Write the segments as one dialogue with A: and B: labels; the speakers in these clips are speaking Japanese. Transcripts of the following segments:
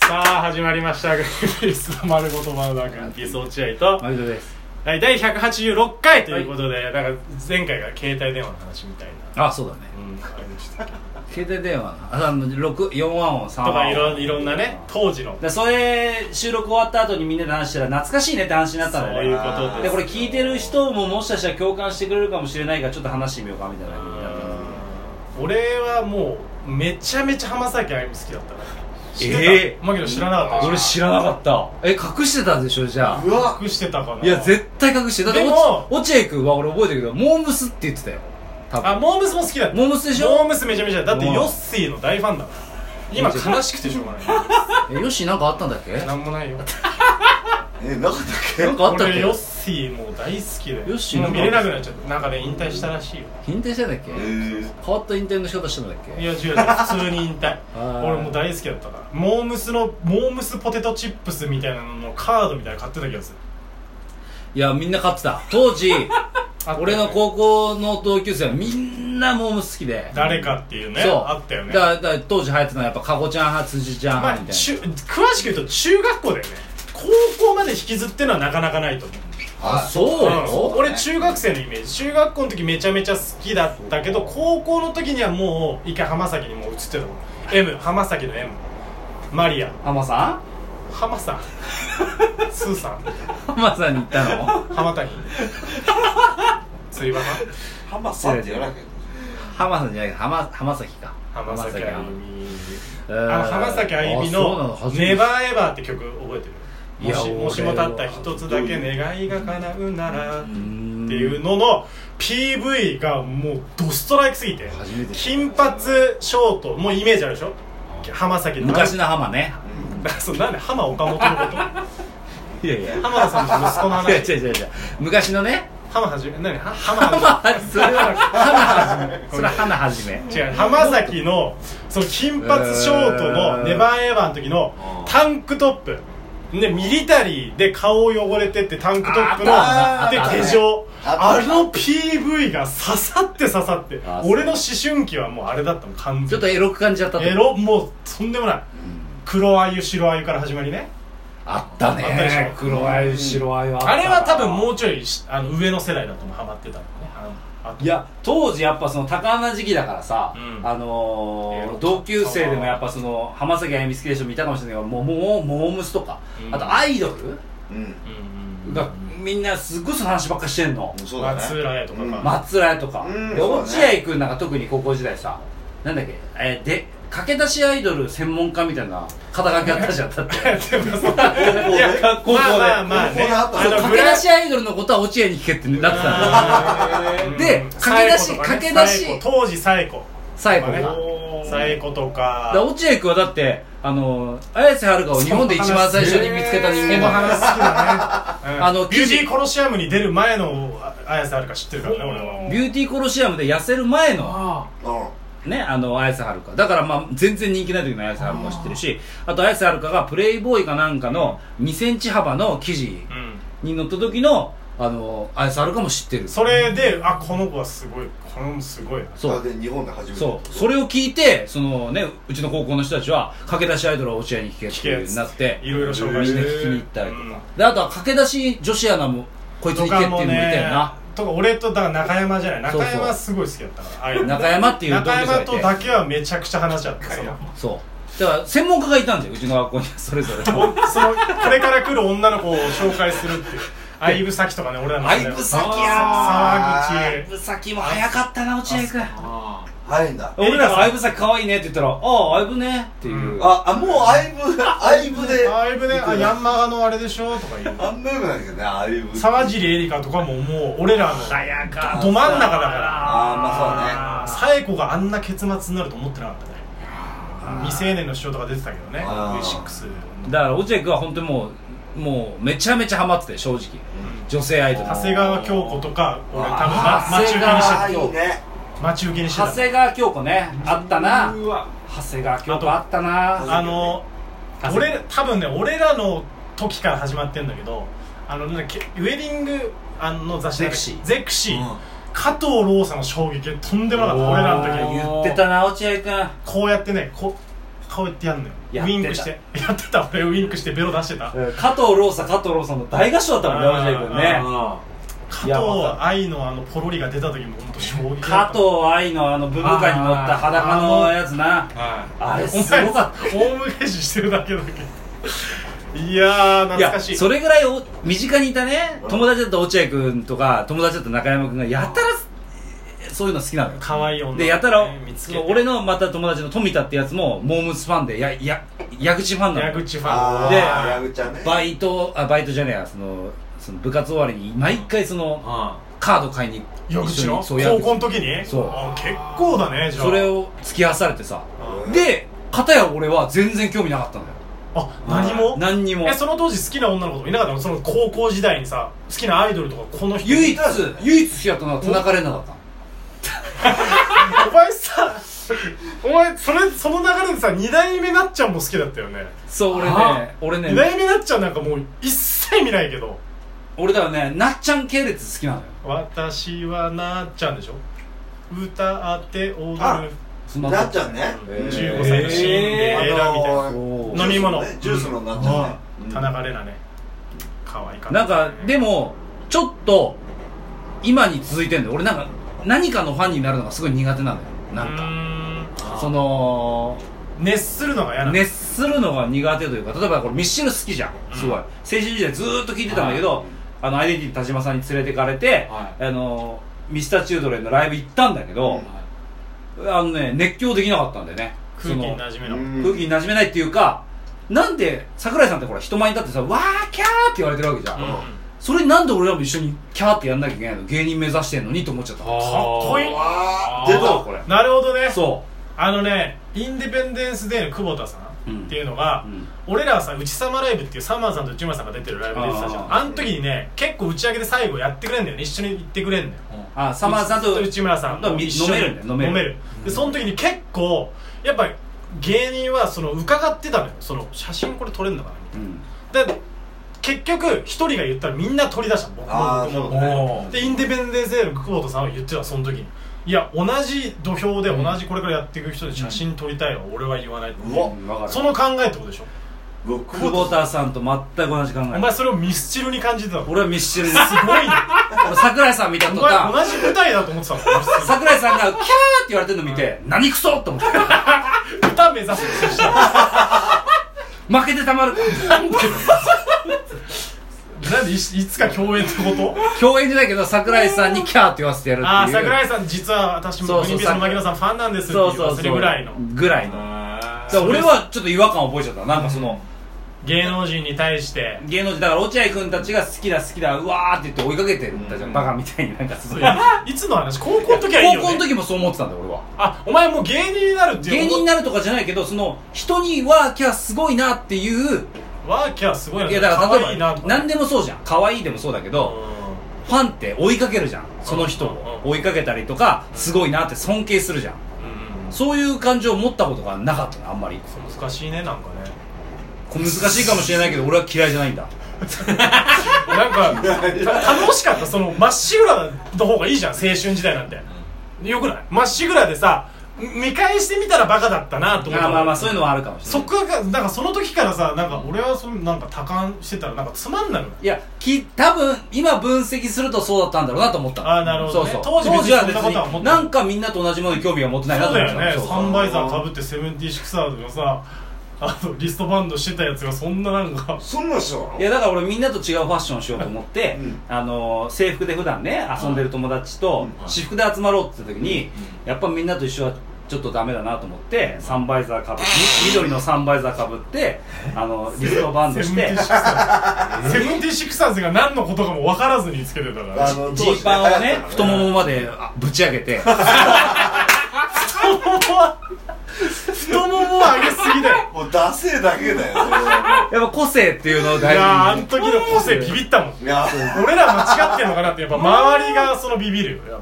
A: さあ始まりました「グリーンピースの丸ごとバナナグリーンピース落合」と、
B: 毎度です
A: はい、第186回ということで、なんか前回が携帯電話の話みたいな、
B: あそうだね
A: うん、ありましたと
B: 携帯電話のああの六四話音三
A: か
B: 話
A: いろ
B: 音
A: いろんなね当時の
C: でそれ収録終わった後にみんなで話したら懐かしいねって話になったん
A: そう
C: だ
A: いう
C: よ
A: こ
C: ね
A: とで
C: ですこれ聞いてる人ももしかしたら共感してくれるかもしれないからちょっと話してみようかみたいな感じになったんです
A: 俺はもうめちゃめちゃ浜崎あゆみ好きだったから知ってた
B: えー
A: マキロ知らなかったでしょ
C: 俺知らなかった
B: え隠してたでしょじゃあ
A: うわ隠してたかない
B: いや絶対隠してだって
A: でも
B: 落合君は俺覚えてるけどモームスって言ってたよ多
A: あ
B: 分
A: モームスも好きだった
B: モームスでし
A: モー
B: ょ
A: ムスめちゃめちゃだって
B: うん
A: ヨッシーの大ファンだから今悲しくてしょうがない
B: えよしなんかあったんだっけな
A: なんもないよ
D: えなかったっけ
B: んかあったっ
A: 俺
B: け
A: ヨッシーもう大好きで
B: ッシー
A: もう
B: なん
A: 見
B: か
A: れなくなっちゃったなんかね引退したらしいよ
B: 引退してんだっけ
D: えー、
B: 変わった引退の仕方してたんだっ
A: い
B: け
A: や違う違う普通に引 退
B: ー
A: 俺もう大好きだったからモームスのモームスポテトチップスみたいなののカードみたいなの買ってた気がする
B: いやみんな買ってた当 時
A: あ
B: 俺の高校の同級生はみんなモームス好きで
A: 誰かっていうね
B: そう
A: あったよね
B: だからだから当時流行ってたのはやっぱカゴちゃん派辻ちゃん
A: ま
B: 派
A: あ
B: みたいな
A: 中詳しく言うと中学校だよね高校まで引きずってのはなかなかないと思う
B: あそう
A: うん
B: よ
A: 俺中学生のイメージ中学校の時めちゃめちゃ好きだったけど高校の時にはもう一回浜崎にもう移ってたもん M 浜崎の M マリア
B: 浜さ
A: 浜 さんスーさん
B: ん浜さんに行ったの
A: 浜谷ついばな
D: ハマさんって言わなきゃい
B: 浜さんじゃないけど浜浜崎か
A: 浜崎あゆ
B: 浜崎
A: み
B: え
A: あ
B: ー
A: の浜崎あゆみ
B: あそうなの
A: の
B: 初
A: 「
B: め
A: ネ
B: て
A: バーエバー」って曲覚えてる
B: い
A: も
B: や
A: しもしも
B: 俺は
A: たった一つだけ願いが叶うならって
B: ん
A: いうのの PV がもうドストライクすぎて
B: 初めて知
A: 金髪ショートもうイメージあるでしょ浜崎の
B: 昔の浜ね
A: そうなんで浜岡本のこと
B: いやいや
A: 浜田さんの息子の
B: いや違
A: 話
B: う違う違う昔のね
A: 浜はじめ何は浜
B: 浜
A: は
B: はじそれは浜はじめそれは浜はじめ
A: じめ違う浜崎のその金髪ショートの「ネバーエバー」の時のタンクトップでミリタリーで顔汚れてってタンクトップの
B: あ
A: で
B: った
A: 手錠
D: あ
A: あ
D: った
A: の PV が刺さって刺さって
B: あそう
A: 俺の思春期はもうあれだったもん完
B: ち
A: 全
B: ょ
A: に
B: っとエロく感じちゃったと
A: エロもうとんでもない黒あゆ白あゆから始まりね
B: あったね
A: あったでしょ
B: 黒あゆ白あゆった
A: あれは多分もうちょいしあの上の世代だともハマってたのねあのあと
C: いや当時やっぱその多感な時期だからさ、
A: うん
C: あの
A: え
C: ー、同級生でもやっぱその浜崎あゆみ好きでしょ見たかもしれないけどもうもうモームスとか、
A: うん
C: あとアイドル
D: うん
A: うん
C: がみんなすっごいその話ばっかしてんの、
D: そうだね
A: 松浦屋とかか
C: 松浦屋とか、
D: うん
C: で
D: そう
C: 落
D: だね
C: 合君なんか特に高校時代さなんだっけ、えーで駆け出しアイドル専門家みたいな肩書きあったじゃんだって
A: でもそういや
C: 高校で
A: まあまあまあね
D: 高校であった
A: あの
C: 駆け出しアイドルのことは落合に聞けってなってたの
A: あー
C: で
A: うん
C: 駆け出し
A: 冴子とか
C: 駆け出し
A: 冴子当時サエコ
B: 最後
A: ね
B: が
A: サエコとか
C: だから落合君はだってあの綾瀬はるかを日本で一番最初に見つけた人間
A: の
C: だから
A: 話好きだね、あ
C: あ
A: の
C: の
A: ビューティーコロシアムに出る前のあ綾瀬はるか知ってるからね俺は
B: ビューティーコロシアムで痩せる前の
D: う
B: ね、あの、綾瀬はるか。だからまあ、全然人気ない時の綾瀬はるかも知ってるし、あと綾瀬はるかがプレイボーイかなんかの2センチ幅の記事
A: うん
B: に載った時の、あの、綾瀬はるかも知ってる。
A: それであこの子はすごいこの子すごいな
B: そ
D: ん
B: う。
D: で日本で初めて
B: そう。それを聞いて、そのね、うちの高校の人たちは、駆け出しアイドルを落合に聞けっていう風になって、
A: いろいろ紹介
B: み
A: し
B: ん
A: て
B: な聞きに行ったりと
A: うん
B: か。で、あとは駆け出し女子アナも、こいつに聞けっていうのもいたよな。
A: とか俺とだから中山じゃない
B: そう
A: 中
B: そう
A: 山すごい好きだったからああいうの
B: 中山っていう同級
A: 中
B: 生が
A: 山
B: いて
A: とだけはめちゃくちゃ話し合ってその
B: そう。だから、専門家がいたんだよ、うちの学校には、それぞれ。
A: そのこれから来る女の子を紹介するっていう相武咲とかね俺らの
D: 相武咲や
A: 沢口
B: ぶさきも早かったな、落合君。
D: 早いんだ
B: 俺らが「相武咲可愛いね」って言ったら「ああ相武ね」っていう、
D: ああもうアイブアイブで
A: 相武ねあヤンマガのあれでしょとか言う
D: あんまよくないけどねアイブ
A: 沢尻エリカとかももう俺らのど真ん中だから
D: ああまあそうだね
A: サエ子があんな結末になると思ってなかったね未成年の主張とか出てたけどね
D: あー
A: V6
B: だから落合君は本当にもうもうめちゃめちゃハマってて正直女性アイドル
A: 長谷川京子とか俺多分
B: あー
A: ま待ち受けにして
D: あ
A: た
D: あいいね
A: 待ち受けにして
C: 長
A: た
C: 谷川京子ねあったな
A: うわ
C: 長谷川京子あったな
A: あの俺多分ね俺らの時から始まってんだけどあのなんだっけウェディングあの雑誌なんだっけ
B: ゼクシー
A: ゼクシー、
D: うん
A: 加藤ローさんの衝撃とんでもなかった俺らの時
C: 言ってたな落合君
A: こうやってねこう顔やってやんのよウ
C: やってた
A: ィンクしてやってた俺ウィンクしてベロ出してた
C: えー加藤ローサ加藤ローサの大合唱だったもんね
A: あー
C: 山下君ね
A: 加
C: い
A: 藤
C: やわ
A: 愛のあのポロリが出た時も本当衝撃だ
C: 加
A: った
C: 藤愛のあの文化に乗った裸のやつなあれすごかっ
A: お前ホームページしてるだけだけどいやー
B: い
A: 懐
B: や
A: かしい
B: それぐらいお身近にいたね友達だった落合君とか友達だった中山君がやたらそういうの好きなのよ
A: 可愛い女の子ね
B: でやたら
A: 見つ
B: そ
A: けて
B: の俺のまた友達の富田ってやつもモームスファンでやや矢口ファンな
A: 矢
B: のよ
A: 口ファン
D: あ
B: で
D: ー矢口ちゃんね
B: バイトあバイトじゃねえやそのその部活終わりに毎回そのカード買いに
A: 矢口の
B: そう矢
A: 高
B: 口
A: 校の時に
B: そう
A: あ結構だねじゃあ
B: それを突き合わされてさ
A: あ
B: で片や俺は全然興味なかったのよ
A: あ何も
B: 何にも
A: えその当時好きな女の子とかいなかったのその高校時代にさ好きなアイドルとかこの人
B: 唯一唯一好きだったのは田中玲奈だったの
A: お前さお前それその流れでさ二代目なっちゃんも好きだったよね
B: そう俺
C: あ
B: ね俺
A: 二
B: ね
A: 代目なっちゃんなんかもう一切見ないけど
B: 俺だよねなっちゃん系列好きなのよ
A: 私はなっちゃんでしょ歌って踊
D: あ
A: る
B: その
D: なっちゃんね
B: え
A: 15
B: ー
A: 歳のシーンで
D: えー
A: 映画みたいな
D: あの
B: お
D: ー
A: 飲み物
D: ジュースのジュースのなっち
A: あ
D: ゃ
A: あ
D: んね
A: 田中玲奈ね可愛かった
B: なんかで
A: も
B: もちょっと今に続いてんだよ俺なんか何かのファンになるのがすごい苦手なのよなんかその
A: 熱するのが嫌なの
B: 熱するのが苦手というか例えばこれミッシル好きじゃんすご
A: うん
B: い、青春時代ずーっと聞いてたんだけど、あのアイデンティティ田島さんに連れてかれて、
C: は
B: あのミスターチュードレンのライブ行ったんだけど、あのね熱狂できなかったんだよね
A: 空気に
B: その
A: 馴染めな
D: うん
B: 空気に馴染めないっていうかなんで桜井さんってほら人前に立ってさわーキャーって言われてるわけじゃん、
A: うん
B: それになんで俺らも一緒にキャーってやんなきゃいけないの芸人目指してんのにと思っちゃった
C: あー
A: かっこいい
D: あ
B: 出
D: ー出
B: たわ
D: た
B: これ
A: なるほどね
B: そ
A: あのねインディペンデンスデーの久保田さんっていうのが
B: う、うん
A: 俺らはさ「うちさまライブ」っていうサマーさんと内村さんが出てるライブ出てたじゃん
B: あ
A: あの時にね結構打ち上げで最後やってくれんだよね一緒に行ってくれんだよ
B: あサマーさんと
A: 内村さん
B: とみ
A: 一緒に
B: 飲めるんだよ飲める
A: でその時に結構やっぱ芸人はその伺ってたのよその写真これ撮れんのかなみたい
B: うん
A: なで結局一人が言ったらみんな取り出したの僕
D: あ
A: も
D: ー
A: 僕も
D: そうだね
A: 僕もでインディペンデンスデーの久保田さんは言ってたその時にいや同じ土俵で同じこれからやっていく人で写真撮りたいは俺は言わないって
D: うわ
B: うんわかる
A: その考えってことでしょ
B: 久保田さんと全く同じ考
A: お
B: え
A: 前それをミスチルに感じてたの
B: 俺はミッシル です
A: す ごいね
B: 俺桜井さん見た
A: お
B: 途
A: 前
B: 端
A: 同じ舞台だと思って たもん
B: 桜井さんがキャーって言われてるの見て何クソって思って
A: 歌目指すそしたら
B: 負けてた まるか
A: なんでいいつか共演って こと
B: 共演じゃないけど桜井さんにキャーって言わせてやるっていう
A: ああ桜井さん実は私もグリーンピースの牧野さんファンなんですって
B: そう
A: 言
B: そう
A: わ
B: そ
A: せ
B: う
A: るぐらいの
B: ぐらいのだから俺はちょっと違和感を覚えちゃったなんかその
A: 芸能人に対 して
B: 芸能人だから落合君たちが好きだ好きだうわーって言って追いかけてたじゃん、
D: うん
B: バカみたいになんかす
A: そ
B: ご
A: うい
B: い
A: いつの話高校の時はいいよ、ね、
B: 高校の時もそう思ってたんだよ俺は
A: あお前もう芸人になるっていう
B: 芸人になるとかじゃないけどその人にワーキャーすごいなっていう
A: ワーキャーすごいない
B: やだから
A: 可
B: 例
A: 愛
B: え
A: い
B: ば
A: な
B: 何
A: で
B: でもそうじゃん可愛いでもそうだけどファンって追いかけるじゃんその人を
A: うん
B: 追いかけたりとかすごいなって尊敬するじゃん
A: うん
B: そういう感情を持ったことがなかったのあんまり
A: そう難しいねなんかね
B: こ難しいかもしれないけど俺は嫌いじゃないんだ
A: なんかた楽しかったそのまっしぐらの方がいいじゃん青春時代なんてよくないまっしぐらでさ見返してみたらバカだったなと思っ
B: ま
A: た
B: あまあまあそういうのはあるかもしれ
A: そ
B: ない
A: こがなんかその時からさなんか俺はそのなんか多感してたらなんかつまんないの
B: いやき多分今分析するとそうだったんだろうなと思ったの
A: あーなるほどね
B: そうそ
A: 当
B: う
A: 時別に
B: は
A: そんなことは思ってない
B: なんかみんなと同じものに興味が持ってないな
A: そ
B: と
A: う
B: 思っ
A: だ
B: た
A: よね
B: そうそう
A: サンバイザーかぶってセブンティシクサーズがさあのリストバンドしてたやつがそんななんか
D: そんな人なの
B: いやだから俺みんなと違うファッションしようと思って、
D: うん
B: あのー制服で普段ね遊んでる友達と
D: うん
B: 私服で集まろうって言った時に、やっぱみんなと一緒はちょっとダメだなと思ってサンバイザーかぶってみ緑のサンバイザーかぶってあのリストバンド
A: セブ
B: し
A: ンティ
B: て
A: シクサーズセブンティシクサーズが何のことかも分からずにつけてたから
D: あの
B: ジーパン をね太ももまであぶち上げて
A: 太ももは太ももは上げすぎだよ
D: もうダセえだけだよ それは
B: やっぱ個性っていうのを
A: いやー
B: 大
A: あ
B: 事
A: の
B: に
A: 時の個性ビビったもん
D: もういや
A: 俺ら間違ってんのかなってやっぱ周りがそのビビるよやっ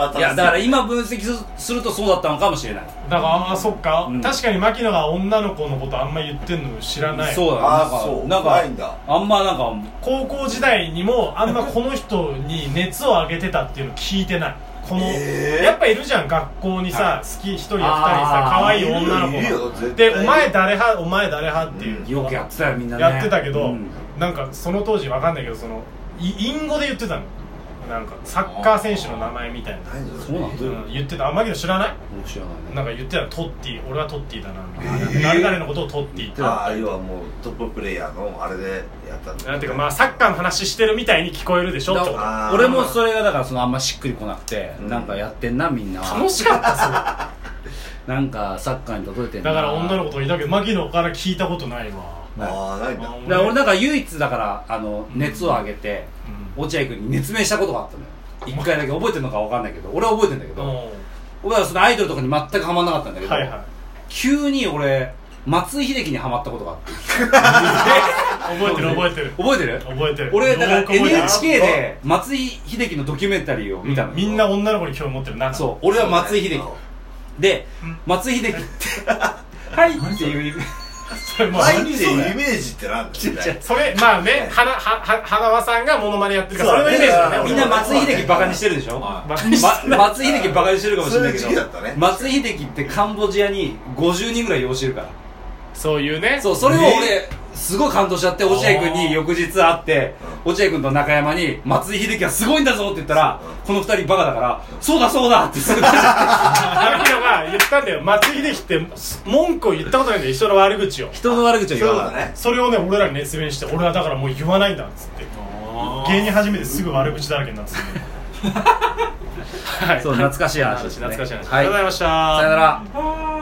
D: あ
B: いやだから今分析するとそうだったのかもしれない
A: ぱだからああそっか、
B: うん
A: 確かに牧野が女の子のことあんま言ってんの知らない
B: そうだ
D: あそう
B: なんか
D: ないんだ
B: あんまなんか
A: 高校時代にもあんまこの人に熱を上げてたっていうの聞いてないこの、
D: えー
A: やっぱいるじゃん学校にさ、好き一人や二人さ
B: あー
A: 可愛い女の
D: いる
A: 子
D: よ
A: が
D: 絶対
A: でお前誰派お前誰派っていう、
B: よくやってたよみんなね
A: やってたけど、
B: うん
A: なんかその当時わかんないけどそのい隠語で言ってたのなんかサッカー選手の名前みたいな、
D: 何
B: そうなんだよ
A: うん言ってたあ槙野知らない
B: 面白いね
A: なんか言ってたのトッティ俺はトッティだなみたいな誰々のことをトッティって
D: ああ要はもうトッププレイヤーのあれでやったんだ
A: なんていうかまあサッカーの話してるみたいに聞こえるでしょってこ
D: あ
A: と
D: ー
B: 俺もそれがだからそのあんましっくりこなくて、
D: うん
B: なんかやってんなみんな
A: 楽しかったっすよ
B: なんかサッカーに届いてんな
A: だから女の子といたけど牧野から聞いたことないわ
D: ああないん
A: あ
B: だ
D: だ
B: から俺なんか唯一だからあの熱を上げて、落合君に熱弁したことがあったのよ一回だけ覚えてるのか分かんないけど俺は覚えてんだけ
A: う
B: ど、
A: ん
B: 俺はそのアイドルとかに全くハマんなかったんだけど、
A: はいはい
B: 急に俺松井秀喜にハマったことがあって
A: 覚えてる覚えてる
B: 覚えてる
A: 覚えてる
B: 俺だから
A: よく覚えてる
B: NHK で松井秀喜のドキュメンタリーを見たのよ、
A: みんな女の子に興味持ってるな
B: そう俺は松井秀喜で松井秀喜って はいっていう
A: それもう
D: ないっていうイメージってなんだよね
A: それまあね花はは花輪さんがモノマネやってるか
D: そ
A: ら
D: う
A: それのイメージだよね
B: みんな松井秀喜バカにしてるでしょ、
A: バカにしてる
B: ま松井秀喜バカにしてるかもしれないけ
D: そ
B: ど
D: ういう時期だったね
B: 松井秀喜ってカンボジアに50人ぐらい養してるから
A: そういうね
B: そうそれを俺
D: ね
B: すごい感動しちゃって落合君に翌日会って落合君と中山に「松井秀喜はすごいんだぞ」って言ったらこの二人バカだから「そうだそうだ」ってすぐ出しちゃって
A: 槙野が言ったんだよ松井秀喜って文句を言ったことないんだよ一緒の悪口を
B: 人の悪口を言わない
D: そうだね
A: それをね俺らに熱弁して俺はだからもう言わないんだっつって芸人始めてすぐ悪口だらけになってたはい
B: そう懐かしい話ですね
A: 懐かしい話、
B: はい
A: ありがとうございました
B: さよなら